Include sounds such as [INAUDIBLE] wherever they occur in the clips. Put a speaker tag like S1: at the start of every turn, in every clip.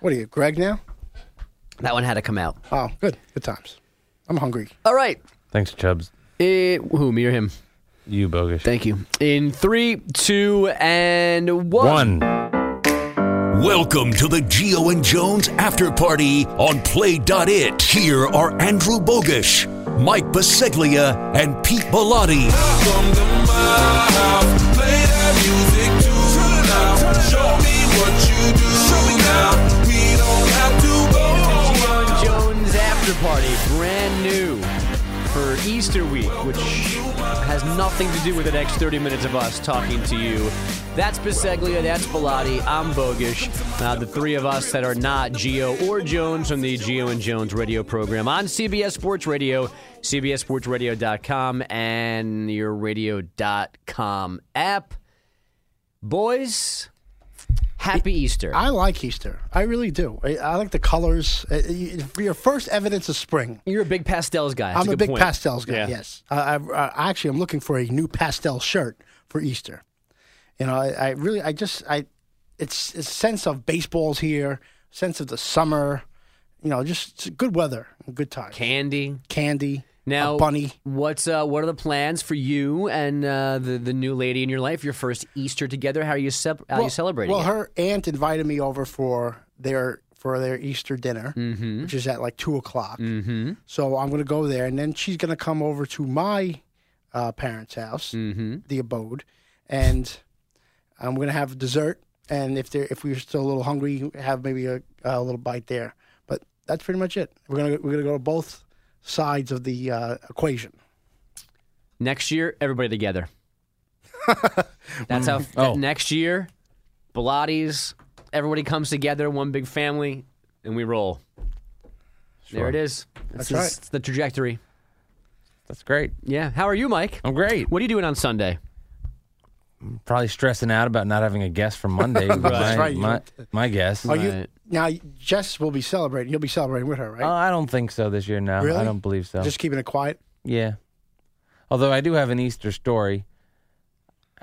S1: What are you, Greg now?
S2: That one had to come out.
S1: Oh, good. Good times. I'm hungry.
S2: All right.
S3: Thanks, Chubbs.
S2: It, who, me or him?
S3: You bogus.
S2: Thank you. In three, two, and one.
S3: One.
S4: Welcome to the Geo and Jones After Party on Play.it. Here are Andrew Bogish, Mike Baseglia, and Pete Bellotti.
S5: Come to my house, play that music too loud. Show me what you do now. We don't have to go
S2: Geo
S5: on.
S2: and Jones After Party, brand new for Easter week, which has nothing to do with the next 30 minutes of us talking to you. That's Biseglia, that's Bilotti, I'm Bogish. Uh, the three of us that are not Geo or Jones from the Geo and Jones radio program on CBS Sports Radio, CBSSportsRadio.com, and your radio.com app. Boys, happy Easter.
S1: I like Easter. I really do. I, I like the colors. Uh, you- For your first evidence of spring,
S2: You're a big pastels guy. That's
S1: I'm a,
S2: good
S1: big
S2: point.
S1: pastels guy.
S2: Yeah.
S1: Yes, I, I, I actually I'm looking for a new pastel shirt for Easter. You know, I, I really, I just, I, it's, it's a sense of baseball's here, sense of the summer. You know, just it's good weather, and good time,
S2: Candy.
S1: candy,
S2: Now,
S1: a bunny.
S2: What's uh, what are the plans for you and uh, the the new lady in your life? Your first Easter together. How are you sep- how are you celebrating?
S1: Well,
S2: it?
S1: her aunt invited me over for their for their Easter dinner, which is at like two o'clock. Mm-hmm. So I'm going to go there, and then she's going to come over to my uh, parents' house, the abode, and I'm going to have dessert. And if they are if we're still a little hungry, have maybe a, a little bite there. But that's pretty much it. We're gonna we're gonna go to both sides of the uh, equation.
S2: next year, everybody together. That's how.
S3: Oh.
S2: Next year, Pilates. Everybody comes together, one big family, and we roll. There it is. That's,
S1: right.
S2: that's the trajectory.
S3: That's great.
S2: Yeah. How are you, Mike?
S3: I'm great.
S2: What are you doing on Sunday?
S3: Probably stressing out about not having a guest for [LAUGHS] Monday.
S1: That's
S3: my,
S1: right, you
S3: My, my guess.
S1: Are you
S2: Right.
S1: now? Jess will be celebrating. You'll be celebrating with her, right?
S3: Oh, I don't think so this year. No,
S1: Really?
S3: I don't believe so.
S1: Just keeping it quiet.
S3: Yeah. Although I do have an Easter story.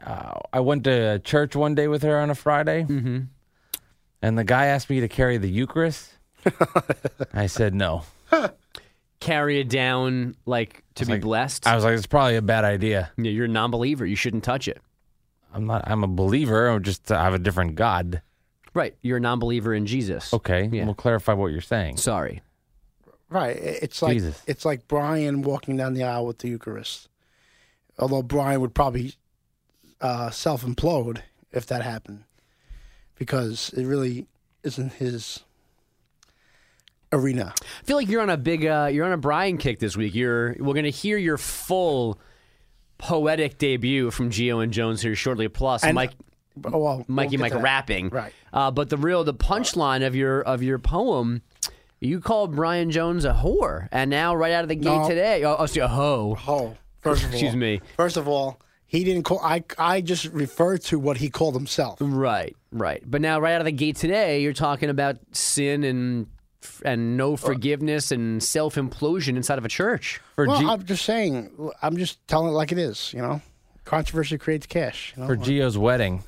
S3: Uh, I went to church one day with her on a Friday, mm-hmm. and the guy asked me to carry the [LAUGHS] Eucharist. I said no.
S2: Carry it down, like to be
S3: like-
S2: blessed.
S3: I was like, it's probably a bad idea.
S2: Yeah, you're a non-believer. You shouldn't touch it.
S3: I'm not. I'm a believer. I'm just I have a different God.
S2: Right. You're a non-believer in Jesus.
S3: Okay,
S2: Yeah.
S3: we'll clarify what you're saying.
S2: Sorry.
S1: Right. I- It's like
S3: Jesus.
S1: it's like Brian walking down the aisle with the Eucharist. Although Brian would probably uh, self implode if that happened, because it really isn't his arena.
S2: I feel like you're on a big uh, you're on a Brian kick this week. You're we're gonna hear your full poetic debut from Geo and Jones here shortly. Plus,
S1: And-
S2: Mike
S1: But, oh, well,
S2: Mikey
S1: we'll get
S2: Mike
S1: to that.
S2: rapping.
S1: Right.
S2: Uh, but the real the punchline of your of your poem. You called Brian Jones a whore, and now right out of the gate
S1: No.
S2: today, oh, oh, so a hoe.
S1: Oh, first of all,
S2: [LAUGHS] Excuse me.
S1: First of all, he didn't call. I I just referred to what he called himself.
S2: Right, right. But now, right out of the gate today, you're talking about sin and and
S1: Uh,
S2: no forgiveness and self implosion inside of a church.
S3: For,
S1: Well,
S3: G-
S1: I'm just saying. I'm just telling it like it is. You know, controversy creates cash. You know?
S3: for
S2: Oh,
S3: Gio's wedding,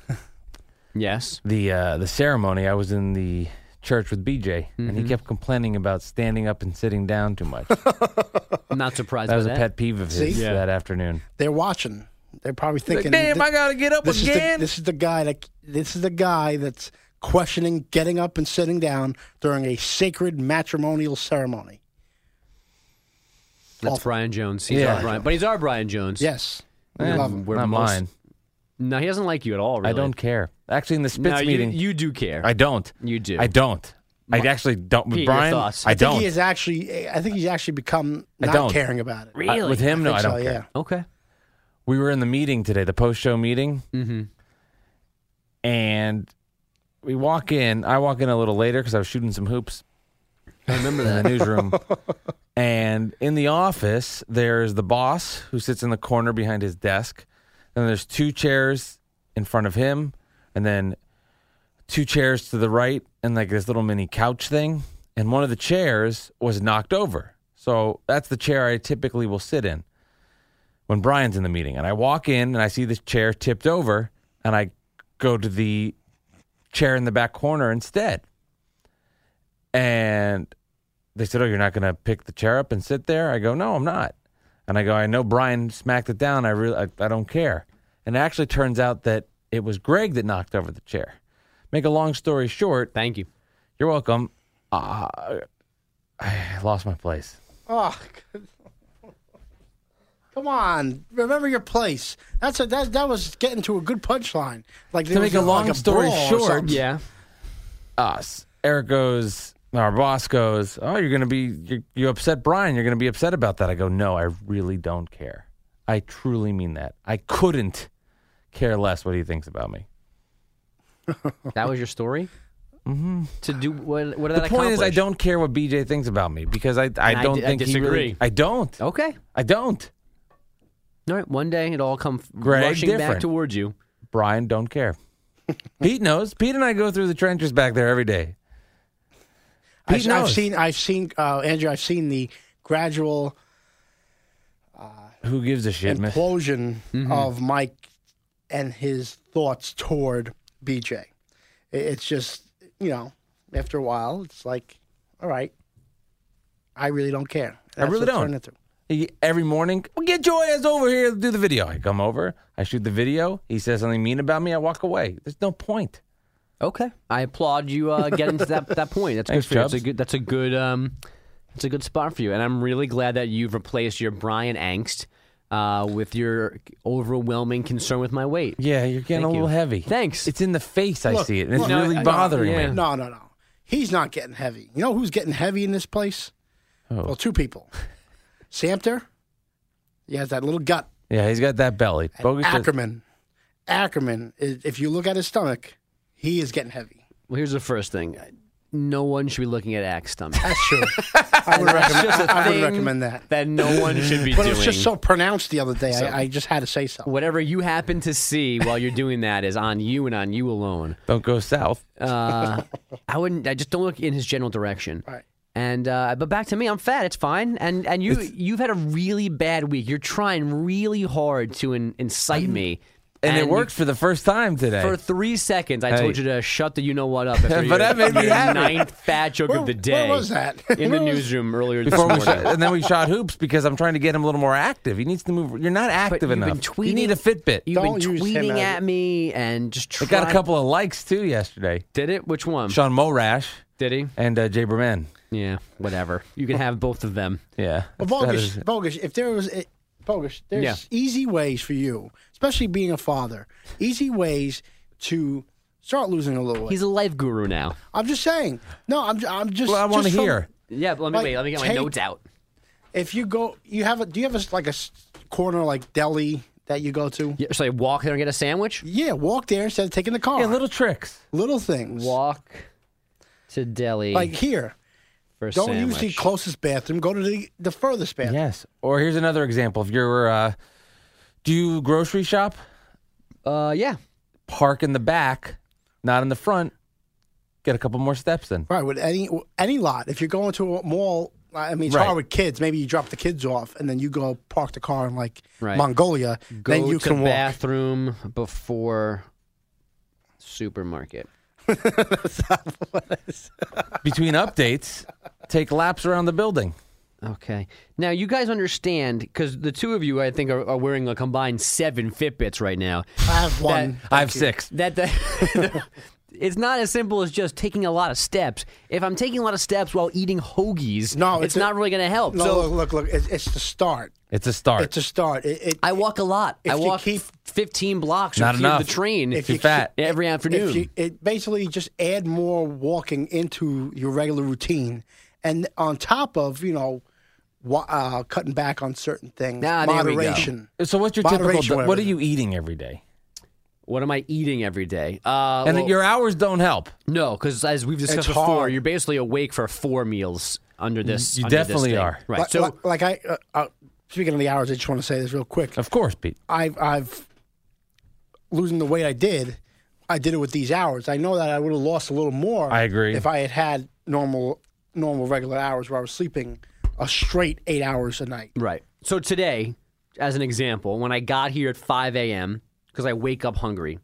S2: Yes.
S3: the uh, the ceremony, I was in the church with BJ, and
S2: Mm-hmm.
S3: he kept complaining about standing up and sitting down too
S2: [LAUGHS]
S3: much. that [LAUGHS]
S2: I'm not surprised by
S3: was a
S2: that.
S3: pet peeve of his
S1: See?
S3: that afternoon.
S1: They're watching. They're probably thinking.
S3: Damn,
S1: "Th-
S3: I gotta get up
S1: this Is the,
S3: again.
S1: this is the guy that this is the guy that's questioning getting up and sitting down during a sacred matrimonial ceremony.
S2: That's
S1: Awful.
S2: Brian Jones. He's
S3: Yeah.
S2: our Brian, but he's our Brian Jones.
S1: Yes, we
S3: Eh,
S1: love him.
S2: we're
S3: not
S2: most-
S3: mine.
S2: No, he doesn't like you at all. Really.
S3: I don't care. Actually, in the Spitz
S2: No, you,
S3: meeting,
S2: you do care.
S3: I don't.
S2: You do.
S3: I don't. I actually don't. With
S2: Pete, your
S3: Brian,
S2: thoughts.
S3: I
S1: I think
S3: don't.
S1: he has actually. I think he's actually become
S3: I
S1: not
S3: don't.
S1: caring about it.
S3: I- with him, no, I don't
S1: so,
S3: care.
S1: Yeah.
S2: okay.
S3: we were in the meeting today, the post show meeting. Mm-hmm. And we walk in. I walk in a little later because I was shooting some hoops. I remember that. In the [LAUGHS] newsroom. and in the office, there's the boss who sits in the corner behind his desk. And there's two chairs in front of him. And then two chairs to the right and like this little mini couch thing. And one of the chairs was knocked over. So that's the chair I typically will sit in when Brian's in the meeting. And I walk in and I see this chair tipped over and I go to the chair in the back corner instead. And they said, "Oh, you're not going to pick the chair up and sit there?" I go, "No, I'm not." And I go, "I know Brian smacked it down. I really, I, I don't care." And it actually turns out that it was Greg that knocked over the chair. Make a long story short,
S2: Thank you.
S3: you're welcome. Uh, I lost my place.
S1: Oh, good. Oh, [LAUGHS] come on! Remember your place. That's a, that. That was getting to a good punchline. Like there
S3: To make
S1: was
S3: a long
S1: like
S3: story
S1: brawl or
S3: short,
S1: something.
S2: Yeah.
S3: us. Eric goes, our boss goes, oh, you're going to be, you you upset Brian. You're going to be upset about that. I go, no, I really don't care. I truly mean that. I couldn't care less what he thinks about me.
S2: That was your story? Mm-hmm. To do what? What did
S3: The
S2: that
S3: point is, I
S2: accomplish?
S3: don't care what BJ thinks about me because I, I
S2: I
S3: don't
S2: di- I
S3: think he really-
S2: disagree.
S3: I don't.
S2: Okay.
S3: I don't.
S2: All right. One day it'll all come f-
S3: Greg,
S2: rushing back
S3: different.
S2: towards you.
S3: Brian, don't
S2: [LAUGHS]
S3: care. Pete knows. Pete and I go through the trenches back there every day.
S1: I,
S3: Pete
S1: have
S3: knows.
S1: seen. I've seen. Uh, Andrew, I've seen the gradual
S3: Who gives a shit, man?
S1: implosion of Mike and his thoughts toward BJ. I- It's just you know, after a while, it's like, all right, I really don't care. That's
S3: really
S1: what it
S3: don't.
S1: turned into.
S3: He, every morning, well, get your ass over here to do the video. I come over, I shoot the video. He says something mean about me, I walk away. There's no point.
S2: Okay. I applaud you uh, getting to that that point. That's
S3: Thanks,
S2: good for you. That's a
S3: Chubbs.
S2: good. That's a good. Um, that's a good spot for you. And I'm really glad that you've replaced your Brian angst uh, with your overwhelming concern with my weight.
S3: Yeah, you're getting
S2: Thank
S3: a little
S2: you.
S3: heavy.
S2: Thanks.
S3: It's in the face. I
S1: Look,
S3: see it, and it's
S1: look,
S3: really bothering
S2: yeah.
S3: me.
S1: No, no, no. He's not getting heavy. You know who's getting heavy in this place? Well, two people. Samter, he has that little gut.
S3: Yeah, he's got that belly. Bogus does-
S1: Ackerman, Ackerman. i- If you look at his stomach, he is getting heavy.
S2: Well, here's the first thing. No one should be looking at Axe stomach.
S1: That's true. I would recommend.
S2: just a
S1: I would
S2: thing
S1: recommend that.
S2: that no one should be
S1: [LAUGHS] But
S2: doing.
S1: it was just so pronounced the other day. I, I just had to say something.
S2: Whatever you happen to see while you're doing that is on you and on you alone.
S3: Don't go south.
S2: Uh, I wouldn't. I just don't look in his general direction.
S1: Right.
S2: And uh, but back to me, I'm fat. It's fine. And and you you've had a really bad week. You're trying really hard to in, incite me,
S3: and, it
S2: you-
S3: worked for the first time today.
S2: for three seconds. I
S3: Hey.
S2: told you to shut the you know what up.
S1: [LAUGHS]
S2: After
S3: But
S2: your,
S3: that made me
S2: your
S3: happy.
S2: ninth fat joke
S1: Where-
S2: of the
S1: where
S2: day.
S1: was that? [LAUGHS]
S2: in the
S1: Where was-
S2: newsroom earlier this
S3: Before we
S2: morning?
S3: shot, and then we shot hoops because I'm trying to get him a little more active. He needs to move. You're not
S2: But
S3: active
S2: you've
S3: enough.
S2: been tweeting.
S3: you need a Fitbit.
S2: You've
S1: Don't
S2: been
S1: use him
S2: tweeting
S1: as-
S2: at me and just
S3: it
S2: trying.
S3: got a couple of likes too yesterday.
S2: Did it? Which one?
S3: Sean Morash
S2: Did he?
S3: and uh, Jay Berman.
S2: Yeah. Whatever. You can have both of them.
S3: Yeah,
S1: Well,
S3: That
S1: bogus,
S3: is-
S1: bogus. If there was a, bogus, there's
S2: Yeah.
S1: easy ways for you, especially being a father. Easy ways to start losing a little weight.
S2: He's a life guru now.
S1: I'm just saying. No, I'm. I'm just.
S3: Well, I want to
S1: just from-
S3: hear.
S2: Yeah. But let me
S1: Like,
S2: wait. Let me get my
S1: take-
S2: notes out.
S1: If you go, you have a. Do you have a s- like a s- corner like deli that you go to?
S2: Yeah, so I walk there and get a sandwich.
S1: Yeah, walk there instead of taking the car.
S3: Yeah, little tricks.
S1: Little things.
S2: Walk to deli
S1: Like here,
S2: for a
S1: don't
S2: sandwich.
S1: use the closest bathroom. Go to the the furthest bathroom.
S3: Yes. Or here's another example. If you're, uh, do you grocery shop?
S2: uh, yeah.
S3: Park in the back, not in the front. Get a couple more steps
S1: [LAUGHS]
S3: in.
S1: Right, with any any lot. If you're going to a mall, I mean, it's
S3: Right.
S1: hard with kids. Maybe you drop the kids off and then you go park the car in like
S2: Right.
S1: Mongolia.
S2: Go
S1: then you
S2: to
S1: can walk.
S2: bathroom before supermarket.
S3: Between updates, take laps around the building.
S2: Okay. Now you guys understand because the two of you, I think, are, are wearing a combined seven Fitbits right now.
S1: I have one.
S3: I have six.
S2: that [LAUGHS] the, it's not as simple as just taking a lot of steps. If I'm taking a lot of steps while eating hoagies,
S1: No,
S2: it's,
S1: it's a-
S2: not really going to help.
S1: no,
S2: so
S1: look, look, look. It's, it's the start.
S3: It's a start.
S1: It's a start. It, it,
S2: I walk a lot.
S1: If
S2: I
S1: you
S2: walk
S1: keep-
S2: f- 15 blocks
S3: Not
S2: or clear
S3: enough.
S2: the train
S1: If Too you keep-
S3: fat.
S2: every afternoon.
S1: If you, it basically just add more walking into your regular routine, and on top of you know, wa- uh, cutting back on certain things,
S2: Ah, there we go.
S1: moderation.
S3: so what's your typical?
S1: Moderation,
S3: di- What
S1: whatever.
S3: are you eating every day?
S2: what am I eating every day? Uh,
S3: And
S2: well,
S3: your hours don't help.
S2: no, because as we've discussed
S1: It's
S2: before,
S1: hard.
S2: you're basically awake for four meals under this.
S3: You
S2: under this
S3: definitely
S2: thing.
S3: are.
S2: Right.
S1: Like,
S2: so
S1: like I, uh, uh, speaking of the hours, I just want to say this real quick.
S3: Of course, Pete.
S1: I've I've losing the weight I did, I did it with these hours. I know that I would have lost a little more.
S3: I agree.
S1: If I had had normal normal regular hours where I was sleeping a straight eight hours a night.
S2: Right. So today, as an example, when I got here at 5 a.m. because I wake up hungry,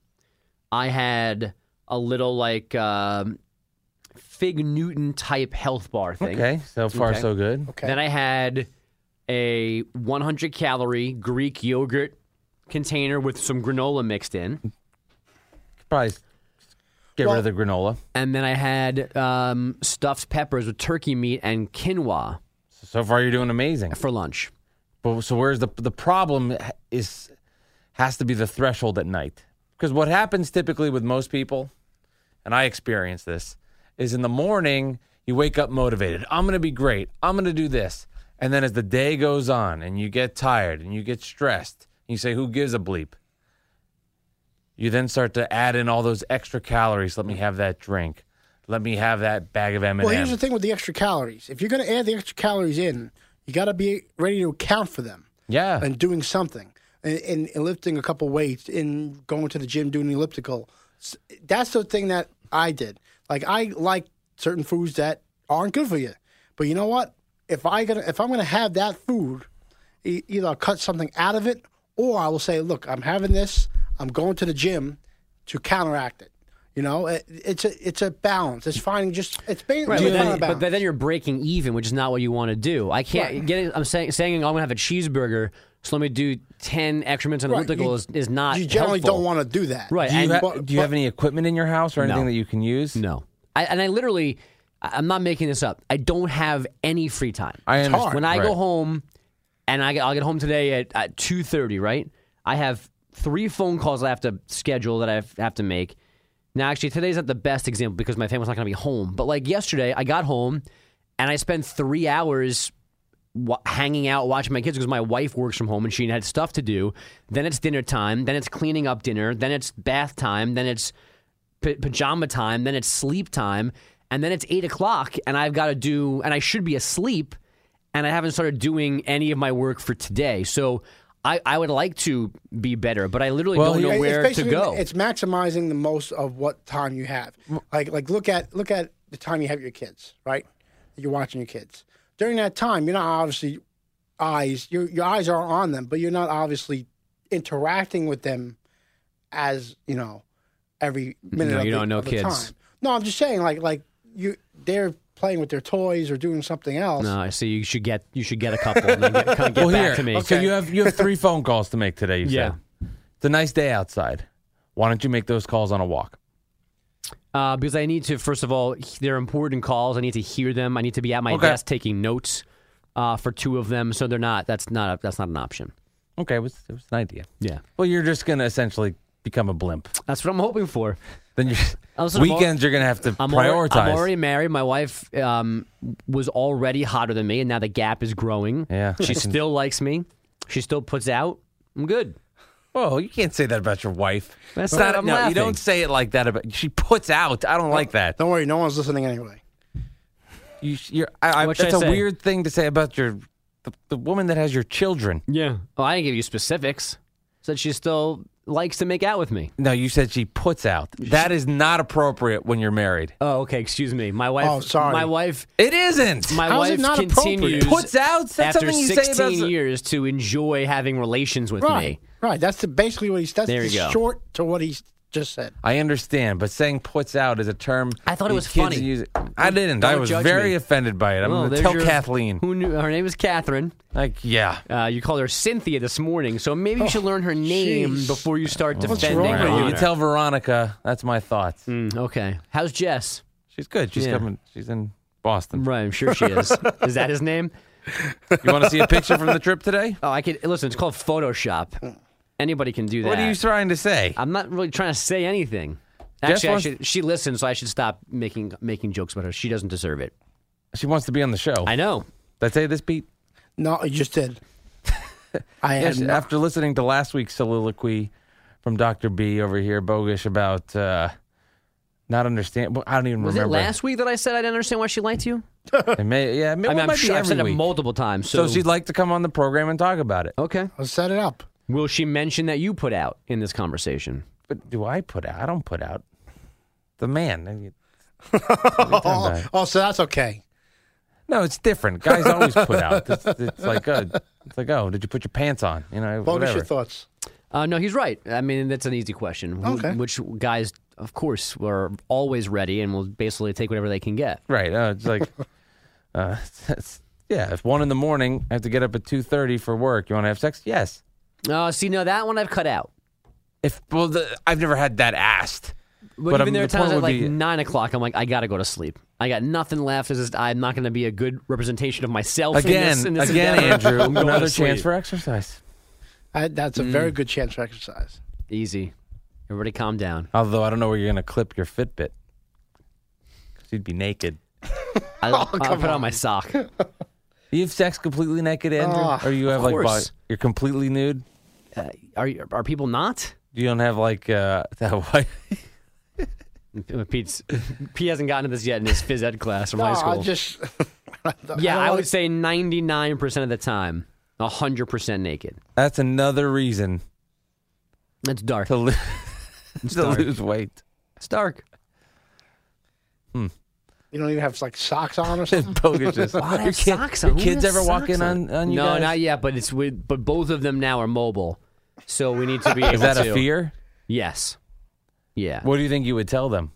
S2: I had a little like um Fig Newton type health bar thing.
S3: Okay, so far
S2: Okay.
S3: so good.
S1: Okay.
S2: Then I had a 100 calorie Greek yogurt container with some granola mixed in.
S3: Probably get
S1: Well-
S3: rid of the granola.
S2: And then I had um, stuffed peppers with turkey meat and quinoa
S3: So far, you're doing amazing.
S2: for lunch.
S3: But so where's the the problem is has to be the threshold at night because what happens typically with most people, and I experience this, is in the morning you wake up motivated. I'm going to be great. I'm going to do this, and then as the day goes on and you get tired and you get stressed, and you say, "Who gives a bleep?" You then start to add in all those extra calories. Let me have that drink. Let me have that bag of M&Ms.
S1: Well, here's the thing with the extra calories. If you're going to add the extra calories in, you got to be ready to account for them
S3: yeah.
S1: and doing something and, and, and lifting a couple weights and going to the gym doing the elliptical. S- That's the thing that I did. Like I like certain foods that aren't good for you, but you know what? If I gonna if I'm gonna have that food, e- either I'll cut something out of it or I will say, look, I'm having this. I'm going to the gym to counteract it. You know, it, it's a it's a balance. It's finding just it's basically
S2: Right, but,
S1: finding a
S2: then,
S1: balance.
S2: but, but then you're breaking even, which is not what you want to do. I can't get it. I'm saying, saying I'm going to have a cheeseburger, so let me do 10 extra minutes on
S1: Right,
S2: elliptical
S1: you-
S2: is, is not
S1: you generally
S2: helpful.
S1: don't want to do that.
S2: Right.
S3: do you,
S2: and-
S3: ha-
S1: but-
S3: do you have
S1: but-
S3: any equipment in your house or anything that you can use?
S2: No. I, and I literally, I- I'm not making this up. I don't have any free time.
S3: I understand.
S1: hard.
S2: when I
S3: Right.
S2: go home, and I, get- I'll get home today at, at 2.30, right? I have three phone calls I have to schedule that I have- have to make. Now, actually, today's not the best example because my family's not going to be home. But like yesterday, I got home and I spent three hours wa- hanging out, watching my kids because my wife works from home and she had stuff to do. Then it's dinner time. Then it's cleaning up dinner. Then it's bath time. Then it's pa- pajama time. Then it's sleep time. And then it's eight o'clock, and I've got to do, and I should be asleep, and I haven't started doing any of my work for today. So I, I would like to be better, but I literally
S3: Well,
S2: don't know
S3: you-
S1: It-
S2: where
S1: it's
S2: to
S1: basically-
S2: go.
S1: It's maximizing the most of what time you have. Like like look at look at the time you have your kids, right? You're watching your kids. During that time, you're not obviously eyes your your eyes are on them, but you're not obviously interacting with them as, you know, every minute
S2: No,
S1: of
S2: you
S1: the-
S2: don't know
S1: of the
S2: kids.
S1: time. No, I'm just saying like like you they're playing with their toys or doing something else.
S2: no, I see. Uh, You should get you should get a couple and then get, kind of get
S3: well,
S2: back
S3: here.
S2: to me.
S3: So you have you have
S2: [LAUGHS]
S3: three phone calls to make today. You
S2: Yeah.
S3: said it's a nice day outside. Why don't you make those calls on a walk?
S2: Uh, because I need to, first of all, he- they're important calls. I need to hear them. I need to be at my
S3: Okay.
S2: desk taking notes uh, for two of them. So they're not. That's not. A, that's not an option.
S3: Okay, it was it was an idea.
S2: Yeah,
S3: Well, you're just gonna essentially become a blimp.
S2: that's what I'm hoping for.
S3: Then
S2: [LAUGHS]
S3: you
S2: Also, I'm al-
S3: weekends you're gonna have to
S2: I'm alre-
S3: prioritize.
S2: I'm already married. My wife um, was already hotter than me, and now the gap is growing. [LAUGHS]
S3: Yeah,
S2: she
S3: I can-
S2: still likes me. She still puts out. I'm good.
S3: Whoa, you can't say that about your wife.
S2: That's
S3: It's
S2: not- I'm
S3: no,
S2: laughing.
S3: you don't say it like that about. She puts out. I don't like that.
S1: Don't worry, no one's listening anyway.
S3: You, you're, I, I,
S2: What should
S3: that's
S2: I
S3: a
S2: say?
S3: weird thing to say about your the, the woman that has your children.
S2: Yeah. Well, Oh, I didn't give you specifics. Said she still likes to make out with me.
S3: No, you said she puts out. That is not appropriate when you're married.
S2: Oh, okay. Excuse me. My wife.
S1: Oh, sorry.
S2: My wife.
S3: It isn't.
S2: My
S1: How is
S2: wife
S1: it not appropriate?
S2: continues
S3: Puts out? That's
S2: after
S3: something you say
S2: 16
S3: about-
S2: years to enjoy having relations with
S1: Right.
S2: me.
S1: Right. That's the, basically what he's that's
S2: There you
S1: the
S2: go.
S1: short to what he's just said.
S3: I understand, but saying "puts out" is a term.
S2: I thought it was
S3: these kids
S2: funny.
S3: use- I didn't. I
S2: Don't
S3: was
S2: judge
S3: very
S2: me.
S3: offended by it. I'm
S2: Well,
S3: gonna
S2: there's
S3: tell
S2: your-
S3: Kathleen.
S2: Who knew? Her name was Catherine.
S3: Like, yeah,
S2: Uh, you called her Cynthia this morning, so maybe
S3: Oh,
S2: you should learn her name
S1: jeez.
S2: before you start defending
S1: wrong
S2: her.
S1: with you?
S3: Well, you
S2: honor.
S3: tell Veronica. That's my thoughts.
S2: Mm, okay. How's Jess?
S3: She's good. She's
S2: Yeah.
S3: coming. She's in Boston.
S2: Right, I'm sure she
S3: [LAUGHS]
S2: is. is that his name?
S3: You want to see a picture from the
S2: [LAUGHS]
S3: trip today?
S2: Oh, I could listen. It's called Photoshop. Anybody can do that.
S3: What are you trying to say?
S2: I'm not really trying to say anything.
S3: Jess
S2: Actually, I
S3: wants-
S2: should, she listens, so I should stop making making jokes about her. She doesn't deserve it.
S3: She wants to be on the show.
S2: I know.
S3: Did I say this, Pete?
S1: No, you just
S2: [LAUGHS]
S1: did. I had
S3: Yes,
S1: no-
S3: after listening to last week's soliloquy from Dr. B over here, bogus about uh, not understand. well, I don't even
S2: Was
S3: remember.
S2: it last week that I said I didn't understand why she liked you?
S3: It may, yeah, I mean,
S2: I
S3: well,
S2: mean,
S3: it
S2: I'm
S3: might be
S2: sure I've
S3: every
S2: said it
S3: week.
S2: multiple times. So,
S3: So she'd like to come on the program and talk about it.
S2: okay.
S1: Let's set it up.
S2: Will she mention that you put out in this conversation?
S3: But do I put out? I don't put out. The man. I mean,
S1: Oh,
S2: [LAUGHS]
S1: oh, so that's okay.
S3: No, it's different. Guys always put out. It's, it's like, uh, it's like, oh, did you put your pants on? You know,
S1: What was
S3: whatever.
S1: your thoughts?
S2: Uh, no, he's right. I mean, that's an easy question. Who-
S1: Okay.
S2: Which guys of course, are always ready and will basically take whatever they can get.
S3: Right. Uh, it's like, uh, that's, yeah. If one in the morning, I have to get up at two thirty for work. You want to have sex? Yes.
S2: Uh, see, no, that one I've cut out.
S3: If well, the, I've never had that asked.
S2: But,
S3: But,
S2: even
S3: um,
S2: there are
S3: the
S2: times
S3: point
S2: at
S3: would
S2: like
S3: be-
S2: nine o'clock, I'm like, I gotta go to sleep. I got nothing left. This is I'm not gonna be a good representation of myself in
S3: Again,
S2: this- in this
S3: again,
S2: endeavor.
S3: Andrew,
S2: I'm going to
S3: another
S2: sleep.
S3: chance for exercise.
S1: I, that's a
S2: Mm.
S1: very good chance for exercise.
S2: [LAUGHS] easy. Everybody, calm
S3: [LAUGHS]
S2: down.
S3: Although I don't know where you're going to clip your Fitbit. Cause you'd be naked. Oh,
S2: I, I'll put on my sock.
S3: You have sex completely naked, Andrew,
S1: Oh,
S3: or you have
S2: Ah, of
S3: like bo-
S2: course.
S3: you're completely nude.
S2: Are you- are people not?
S3: You don't have like uh, [LAUGHS] that white.
S2: Pete's Pete hasn't gotten to this yet in his phys ed class from high
S1: No,
S2: school.
S1: I just [LAUGHS]
S2: yeah,
S1: don't
S2: I
S1: wanna-
S2: would say 99 percent of the time, 100 percent naked.
S3: That's another reason
S2: That's dark.
S3: to, lo- [LAUGHS] to
S2: dark.
S3: lose weight.
S2: It's dark.
S1: you don't even have like socks on
S2: [LAUGHS]
S1: or something.
S3: Bogus just-
S2: Why do I
S3: your
S2: have
S3: kid-
S2: socks
S3: your
S2: on? Who
S3: kids
S2: has
S3: ever walk
S2: socks
S3: in on, on you
S2: no,
S3: guys?
S2: not yet. But it's with, but both of them now are mobile, so we need to be.
S3: [LAUGHS] Is that
S2: to-
S3: a fear?
S2: Yes. Yeah.
S3: What do you think you would tell them?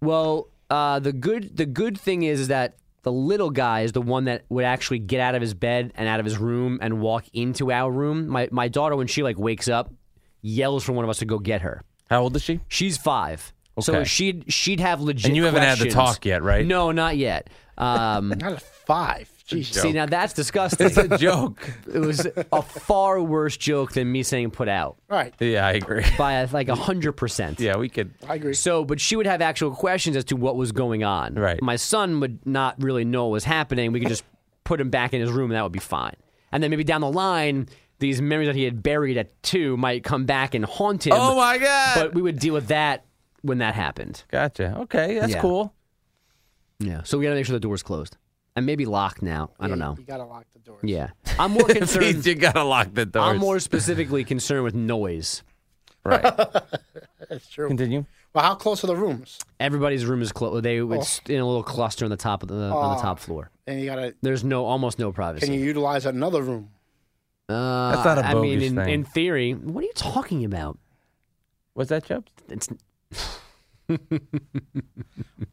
S2: Well, uh, the good the good thing is that the little guy is the one that would actually get out of his bed and out of his room and walk into our room. My my daughter when she like wakes up, yells for one of us to go get her.
S3: How old
S2: [LAUGHS]
S3: is she?
S2: She's five, so
S3: Okay.
S2: she'd she'd have legit.
S3: And you haven't had the
S2: questions.
S3: talk yet, right?
S2: No, not yet.
S3: [LAUGHS]
S2: Um,
S1: Not a five. Jesus.
S2: see, now that's disgusting.
S3: It's [LAUGHS] a joke.
S2: it was a far worse joke than me saying put out
S1: All right.
S3: yeah, I agree. [LAUGHS]
S2: by like a hundred percent.
S3: Yeah, we could.
S1: I agree.
S2: So, but she would have actual questions as to what was going on.
S3: Right.
S2: My son would not really know what was happening. We could just put him back in his room and that would be fine. And then maybe down the line, these memories that he had buried at two might come back and haunt him.
S3: Oh my god!
S2: But we would deal with that when that happened.
S3: gotcha. Okay, that's
S2: Yeah. [LAUGHS]
S3: cool.
S2: Yeah. So we got to make sure the door's closed and maybe locked now. I don't know.
S1: You gotta lock the door.
S2: Yeah.
S1: [LAUGHS]
S2: I'm more concerned.
S3: you gotta lock the doors.
S2: I'm more specifically concerned with noise.
S3: right.
S1: That's true.
S3: [LAUGHS] Continue.
S1: Well, how close are the rooms?
S2: Everybody's room is closed. They
S1: Oh.
S2: it's in a little cluster on the top of the on the top floor.
S1: And you gotta.
S2: There's no almost no privacy.
S1: Can you utilize another room?
S2: Uh,
S3: That's not a
S2: I mean,
S3: bogus
S2: in,
S3: thing.
S2: in theory, what are you talking about?
S3: What's that, Chubbs?
S2: It's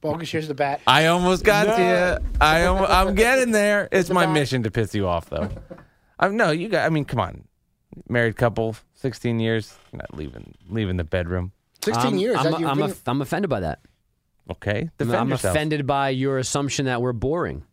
S1: Bogus. Here's the bat.
S3: I almost got
S1: No.
S3: to you. I am, I'm getting there. It's my
S1: about-
S3: mission to piss you off, though. I'm, no, you got. I mean, come on. Married couple, 16 years. You're not leaving leaving the bedroom.
S1: 16
S2: I'm-
S1: years.
S2: Um, I'm,
S1: that
S2: I'm,
S1: you've been-
S2: off- I'm offended by that.
S3: Okay, defend
S2: I'm
S3: yourself.
S2: offended by your assumption that we're boring.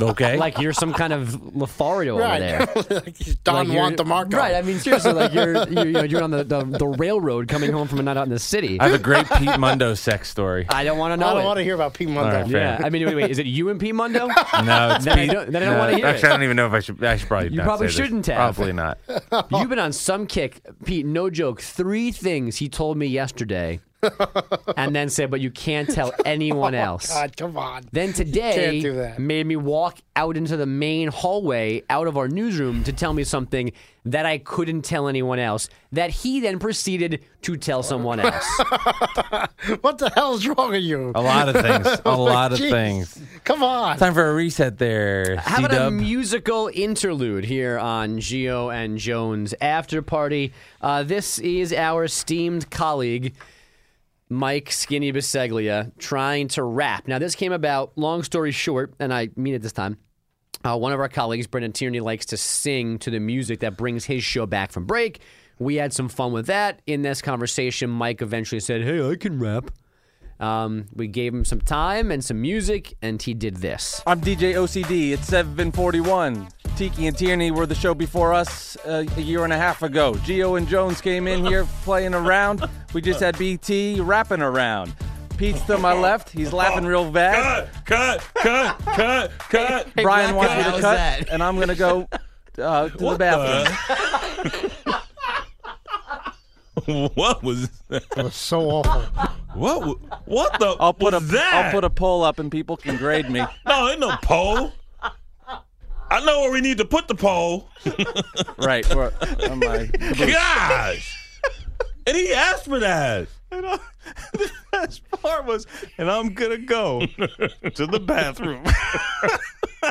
S3: Okay,
S2: [LAUGHS] Like you're some kind of Lothario over there.
S1: right. [LAUGHS] like he's Don
S2: Like you're-
S1: Juan DeMarco.
S2: Right. I mean, seriously,
S1: [LAUGHS]
S2: like you're you're, you know, you're on the, the, the railroad coming home from a night out in the city.
S3: I have a great Pete Mundo
S2: [LAUGHS]
S3: sex story.
S2: I don't want to know
S1: I don't
S2: it.
S1: want to hear about Pete Mundo.
S3: right, fair.
S2: yeah. I mean, wait, wait. Is it you and
S1: [LAUGHS]
S2: P Mundo?
S3: No, it's
S2: Then I
S3: [LAUGHS] Pete.
S2: don't- then I don't wanna hear it.
S3: Actually, I don't even know if I should. I should probably.
S2: You
S3: not
S2: probably
S3: say this.
S2: shouldn't have.
S3: Probably not.
S2: You've been on some kick, Pete. No joke. Three things he told
S1: [LAUGHS]
S2: me yesterday, and then said, "But you can't tell anyone else."
S1: Oh, God, come on.
S2: Then today
S1: can't do that.
S2: made me walk out into the main hallway out of our newsroom to tell me something that I couldn't tell anyone else. That he then proceeded to
S1: [LAUGHS]
S2: tell someone else.
S1: What the hell is wrong with you?
S3: A lot of things.
S2: [LAUGHS]
S3: A lot of
S1: Jeez.
S3: things.
S1: Come on.
S3: Time for a reset there.
S2: How about a
S3: C-dub.
S2: musical interlude here on Geo and Jones After Party? Uh, this is our esteemed colleague, Mike Skinny Biseglia, trying to rap. Now, this came about, long story short, and I mean it this time. Uh, one of our colleagues, Brendan Tierney, likes to sing to the music that brings his show back from break. We had some fun with that. In this conversation, Mike eventually said, Hey, I can rap. Um, we gave him some time and some music, and he did this.
S3: I'm DJ OCD. It's 741. Tiki and Tierney were the show before us uh, a year and a half ago. Geo and Jones came in here playing around. We just had BT rapping around. Pete's to my left. He's laughing real bad.
S5: Cut, cut, cut, cut, cut.
S3: Brian
S2: Blackout,
S3: wants me to
S2: how's
S3: cut,
S2: that?
S3: and I'm going to go uh, to the bathroom.
S5: What was that?
S1: was so awful.
S5: What? w- What the?
S3: I'll put a
S5: was that?
S3: will put a poll up and people can grade me.
S5: No, ain't no pole. I know where we need to put the pole.
S3: Right. we're- on my-
S5: Gosh. And he asked for that. And I, the best part was, and I'm gonna go to the bathroom.
S3: I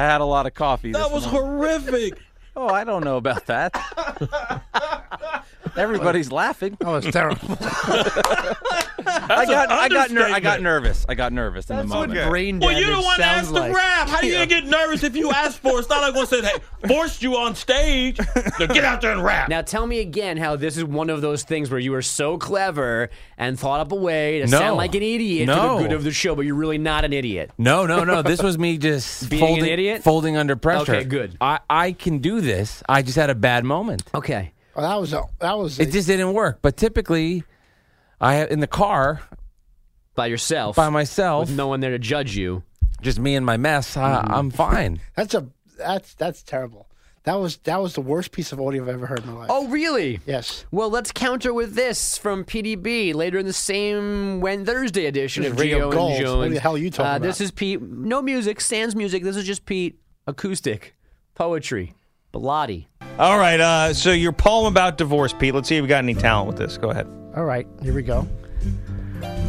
S3: had a lot of coffee.
S5: that
S3: this
S5: was
S3: morning.
S5: horrific.
S3: Oh, I don't know about that. Everybody's laughing.
S1: That was
S3: [LAUGHS]
S1: terrible.
S3: I got, I got, ner- I got nervous. I got nervous in the moment.
S2: brain
S6: Well, you
S2: damage
S6: don't want to
S2: sounds
S6: ask
S2: like.
S6: to rap. How you gonna get nervous if you ask for it? It's not like one said, "Hey, forced you on stage to get out there and rap."
S2: Now tell me again how this is one of those things where you were so clever and thought up a way to
S3: No.
S2: sound like an idiot
S3: No.
S2: for the good of the show, but you're really not an idiot.
S3: No, no, no. This was me [LAUGHS] just
S2: Being an
S3: folding,
S2: idiot?
S3: folding under pressure.
S2: Okay, good.
S3: I, I can do this. I just had a bad moment.
S2: Okay.
S1: Well, that was a, that was a,
S3: It just didn't work. But typically, I have in the car
S2: By yourself.
S3: by myself,
S2: With no one there to judge you.
S3: just me and my mess. I, I'm fine.
S1: that's a that's that's terrible. That was that was the worst piece of audio I've ever heard in my life.
S2: Oh, really?
S1: yes,
S2: Well, let's counter with this from PDB later in the same when Thursday edition
S1: This
S2: of
S1: is Radio
S2: Geo and
S1: Gold.
S2: Jones.
S1: What the hell are you talking
S2: uh, This
S1: about?
S2: is Pete. No music, sans music. This is just Pete. Acoustic, poetry, Bilotti.
S6: All right. Uh, so your poem about divorce, Pete. Let's see if we got any talent with this. Go ahead.
S1: All right, here we go.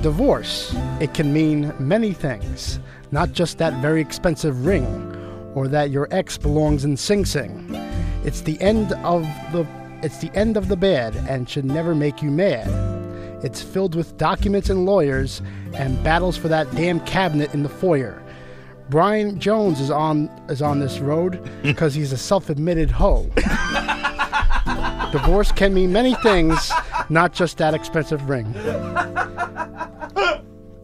S1: Divorce. It can mean many things, not just that very expensive ring or that your ex belongs in Sing Sing. It's the end of the it's the end of the bad and should never make you mad. It's filled with documents and lawyers and battles for that damn cabinet in the foyer. Brian Jones is on is on this road because he's a self-admitted hoe. Divorce can mean many things, not just that expensive ring.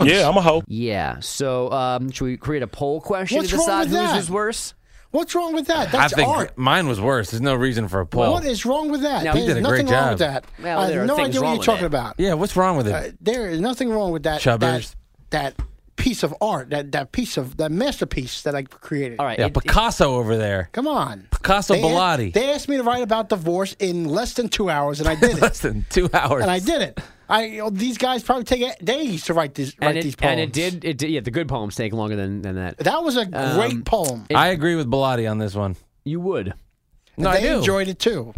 S6: Yeah, I'm a hoe.
S2: Yeah. So, um, should we create a poll question
S1: What's
S2: to
S1: wrong
S2: decide
S1: with
S2: whose
S1: that?
S2: is worse?
S1: What's wrong with that? That's
S3: I think
S1: art.
S3: mine was worse. There's no reason for a poll.
S1: what is wrong with that?
S2: Now, he
S1: There's
S3: did a
S1: nothing
S3: great
S1: wrong
S3: job.
S1: with that.
S2: Well,
S1: I
S2: there are
S1: have no
S2: things
S1: idea
S2: wrong
S1: what you're
S2: with
S1: talking
S2: it.
S1: about.
S3: yeah, what's wrong with it?
S1: Uh, there is nothing wrong with that.
S3: Chubbers.
S1: That, that piece of art, that, that piece of that masterpiece that I created.
S2: All right.
S3: yeah,
S2: it-
S3: Picasso over there.
S1: Come on.
S3: Picasso
S1: They a-
S3: Bellotti.
S1: They asked me to write about divorce in less than two hours, and I
S3: [LAUGHS]
S1: did
S3: Less
S1: it.
S3: than two hours.
S1: and I did it. I you know, these guys probably take a- days to write these write
S2: and,
S1: these
S2: it,
S1: poems.
S2: and it did. It did. Yeah, the good poems take longer than than that.
S1: That was a great
S2: um,
S1: poem.
S3: I agree with Bilotti on this one.
S2: You would.
S3: No, I
S1: they
S3: do.
S1: enjoyed it too.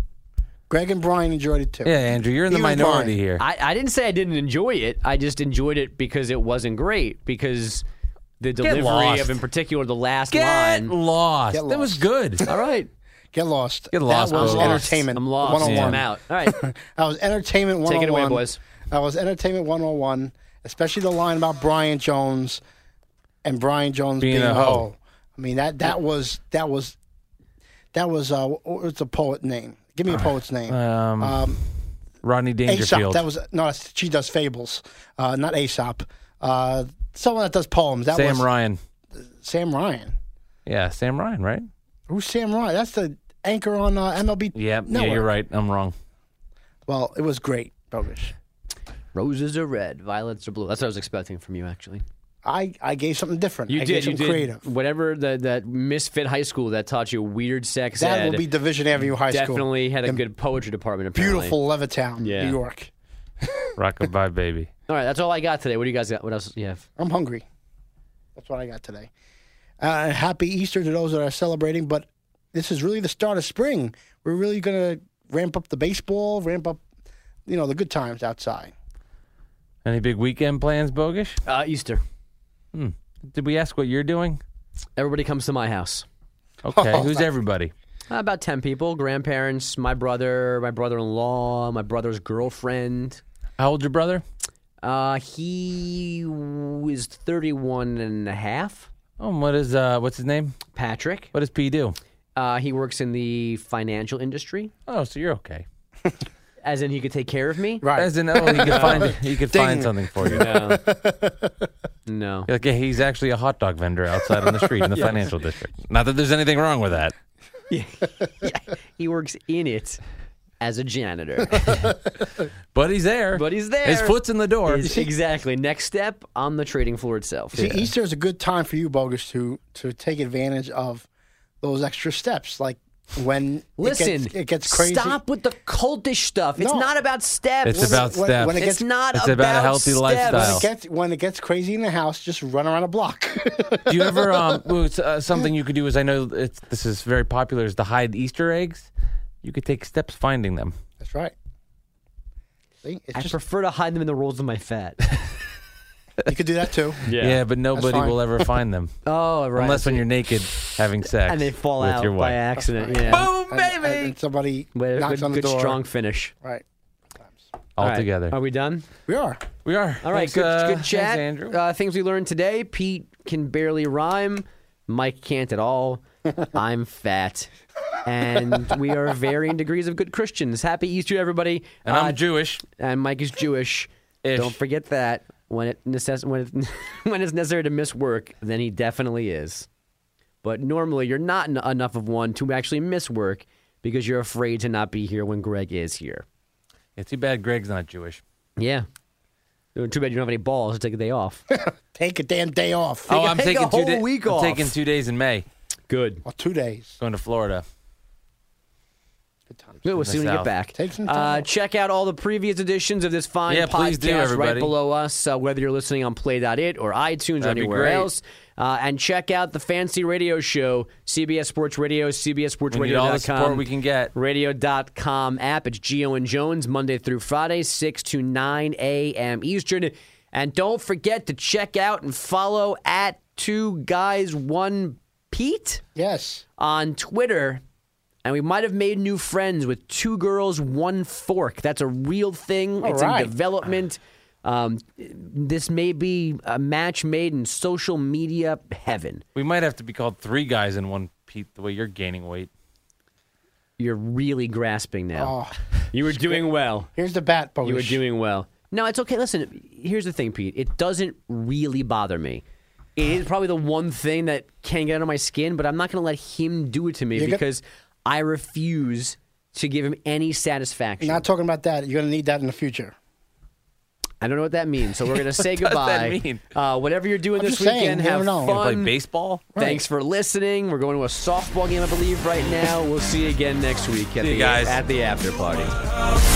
S1: Greg and Brian enjoyed it too.
S3: yeah, Andrew, you're in the
S1: He was
S3: minority
S1: mine.
S3: here.
S2: I, I didn't say I didn't enjoy it. I just enjoyed it because it wasn't great. Because the delivery
S3: lost.
S2: of, in particular, the last
S3: Get
S2: line.
S3: lost.
S1: Get
S3: That was
S1: lost. [LAUGHS]
S3: good.
S2: All right.
S1: Get lost.
S3: Get lost,
S1: That was
S3: I'm lost.
S1: Oh, entertainment.
S2: I'm lost.
S1: 101.
S2: I'm out. All
S1: [LAUGHS]
S2: right.
S1: I was entertainment 101.
S2: Take it away, boys.
S1: I was entertainment 101, especially the line about Brian Jones and Brian Jones being, a hoe. I mean that that was that was that was uh what's a poet name? Give me a poet's name.
S3: Um, Rodney
S1: Aesop.
S3: Dangerfield.
S1: That was no, that's- she does fables. Uh not Aesop. Uh someone that does poems. That
S3: Sam
S1: was
S3: Ryan.
S1: Sam Ryan.
S3: Yeah, Sam Ryan, right?
S1: Who's Sam Ryan? That's the anchor on uh, MLB.
S3: Yeah, yeah,
S1: Network.
S3: you're right. I'm wrong.
S1: Well, it was great, Bogish.
S2: Roses are red, violets are blue. That's what I was expecting from you, actually.
S1: I, I gave something different.
S2: You
S1: I gave
S2: did. You
S1: something
S2: did.
S1: creative.
S2: Whatever the, that misfit high school that taught you weird sex
S1: That
S2: ed
S1: will be Division Avenue High School.
S2: definitely had a
S1: in
S2: good poetry department. Apparently.
S1: Beautiful Levittown,
S2: Yeah.
S1: New York.
S3: Rockabye baby.
S2: All right, that's all I got today. What do you guys got? What else do you have?
S1: I'm hungry. That's what I got today. Uh, happy Easter to those that are celebrating, but this is really the start of spring. We're really going to ramp up the baseball, ramp up, you know, the good times outside.
S3: Any big weekend plans, Bogish?
S2: Uh, Easter.
S3: Did we ask what you're doing?
S2: Everybody comes to my house.
S3: Okay,
S1: [LAUGHS]
S3: who's everybody?
S2: Uh, about 10 people grandparents, my brother, my brother in law, my brother's girlfriend.
S3: How old's your brother?
S2: Uh, he was 31 and a half.
S3: Oh, and what is uh, what's his name?
S2: Patrick.
S3: What does P do?
S2: Uh, he works in the financial industry,
S3: Oh, so you're okay.
S2: as in he could take care of me.
S1: Right.
S3: As in, oh,
S1: [LAUGHS]
S3: he could find he could find something for you.
S2: No. no.
S3: Like, yeah, he's actually a hot dog vendor outside on the street
S2: [LAUGHS]
S3: in the financial district. Not that there's anything wrong with that.
S2: He works in it as a
S3: [LAUGHS]
S2: janitor.
S3: But he's there.
S2: But he's there.
S3: His foot's in the door.
S2: Is- exactly. Next step on the trading floor itself.
S1: See, Easter is a good time for you, Bogus, to to take advantage of those extra steps, like when
S2: Listen,
S1: it gets, it gets crazy.
S2: Stop with the cultish stuff. It's
S1: No.
S2: not about steps.
S3: It's about
S1: when-
S3: steps.
S1: when it
S2: It's
S1: gets-
S2: not
S3: It's about a healthy
S2: steps.
S3: lifestyle.
S1: It gets- when it gets crazy in the house, just run around a block. [LAUGHS]
S3: do you ever um [LAUGHS] well, it's, uh, something you could do is I know it's this is very popular is to hide Easter eggs. You could take steps finding them.
S1: That's right. See, it's
S2: I
S1: just,
S2: prefer to hide them in the rolls of my fat.
S1: you could do that too.
S3: Yeah, but nobody
S1: fine.
S3: will ever
S2: [LAUGHS]
S3: find them
S2: oh, right.
S3: unless when you're naked having sex
S2: and they fall
S3: with
S2: out
S3: your
S2: by
S3: wife.
S2: accident. Yeah.
S1: And, and somebody
S2: With a
S1: knocks
S2: good,
S1: on the
S2: good
S1: door.
S2: strong finish.
S1: Right.
S3: all
S2: right.
S3: together.
S2: Are we done?
S1: We are.
S3: We are.
S2: All right,
S3: Thanks,
S2: good,
S3: uh,
S2: good chat.
S3: Thanks, Andrew.
S2: Uh, things we learned today: Pete can barely rhyme, Mike can't at all. I'm fat, and we are varying degrees of good Christians. Happy Easter, everybody!
S3: and
S2: Uh,
S3: I'm Jewish.
S2: and Mike is Jewish.
S3: Ish.
S2: Don't forget that when it necess- when it, [LAUGHS] when it's necessary to miss work, then he definitely is. But normally, you're not en- enough of one to actually miss work because you're afraid to not be here when Greg is here.
S3: Yeah, too bad Greg's not Jewish.
S2: Yeah. Too bad you don't have any balls to take a day off.
S1: Take a damn day off.
S3: oh, I'm
S2: take a
S3: taking two
S2: whole
S3: days.
S2: week
S3: I'm
S2: off.
S3: taking two days in May.
S2: Good.
S1: Well, two days.
S3: Going to Florida.
S1: Good times.
S2: We'll
S3: the
S2: see when you get
S3: South.
S2: back.
S1: Take some time
S2: Uh,
S1: off.
S2: check out all the previous editions of this fine
S3: Yeah,
S2: podcast
S3: please do,
S2: right
S3: everybody.
S2: below us, uh, whether you're listening on Play.it or iTunes or
S3: That'd be
S2: anywhere
S3: great.
S2: else. Uh, and check out the fancy radio show, CBS Sports Radio, CBS Sports
S3: We need
S2: Radio.
S3: all the support we can get.
S2: Radio.com app. It's Geo and Jones, Monday through Friday, 6 to 9 a.m. Eastern. And don't forget to check out and follow at Two Guys One Pete
S1: Yes.
S2: on Twitter, and we might have made new friends with two girls, one fork. That's a real thing. it's
S1: right.
S2: in development. Um, this may be a match made in social media heaven.
S3: We might have to be called three guys in one, Pete, the way you're gaining weight.
S2: You're really grasping now.
S1: Oh,
S2: you were doing well.
S1: here's the bat
S2: You were
S1: polish.
S2: doing well. No, it's okay. Listen, here's the thing, Pete. It doesn't really bother me. It is probably the one thing that can get under my skin, but I'm not going to let him do it to me
S1: You're gonna-
S2: because I refuse to give him any satisfaction.
S1: Not talking about that. You're gonna need that in the future.
S2: I don't know what that means, so we're
S3: [LAUGHS]
S2: going to say
S3: does that
S2: goodbye.
S3: mean?
S2: Uh, whatever you're doing
S1: I'm
S2: this
S1: just saying,
S2: weekend,
S1: you
S2: have
S1: never know.
S3: Gonna
S2: fun.
S3: play baseball?
S2: Thanks for listening. We're going to a softball game, I believe, right now. We'll see you again next week at,
S3: See you
S2: the,
S3: guys.
S2: at the after party.
S5: House,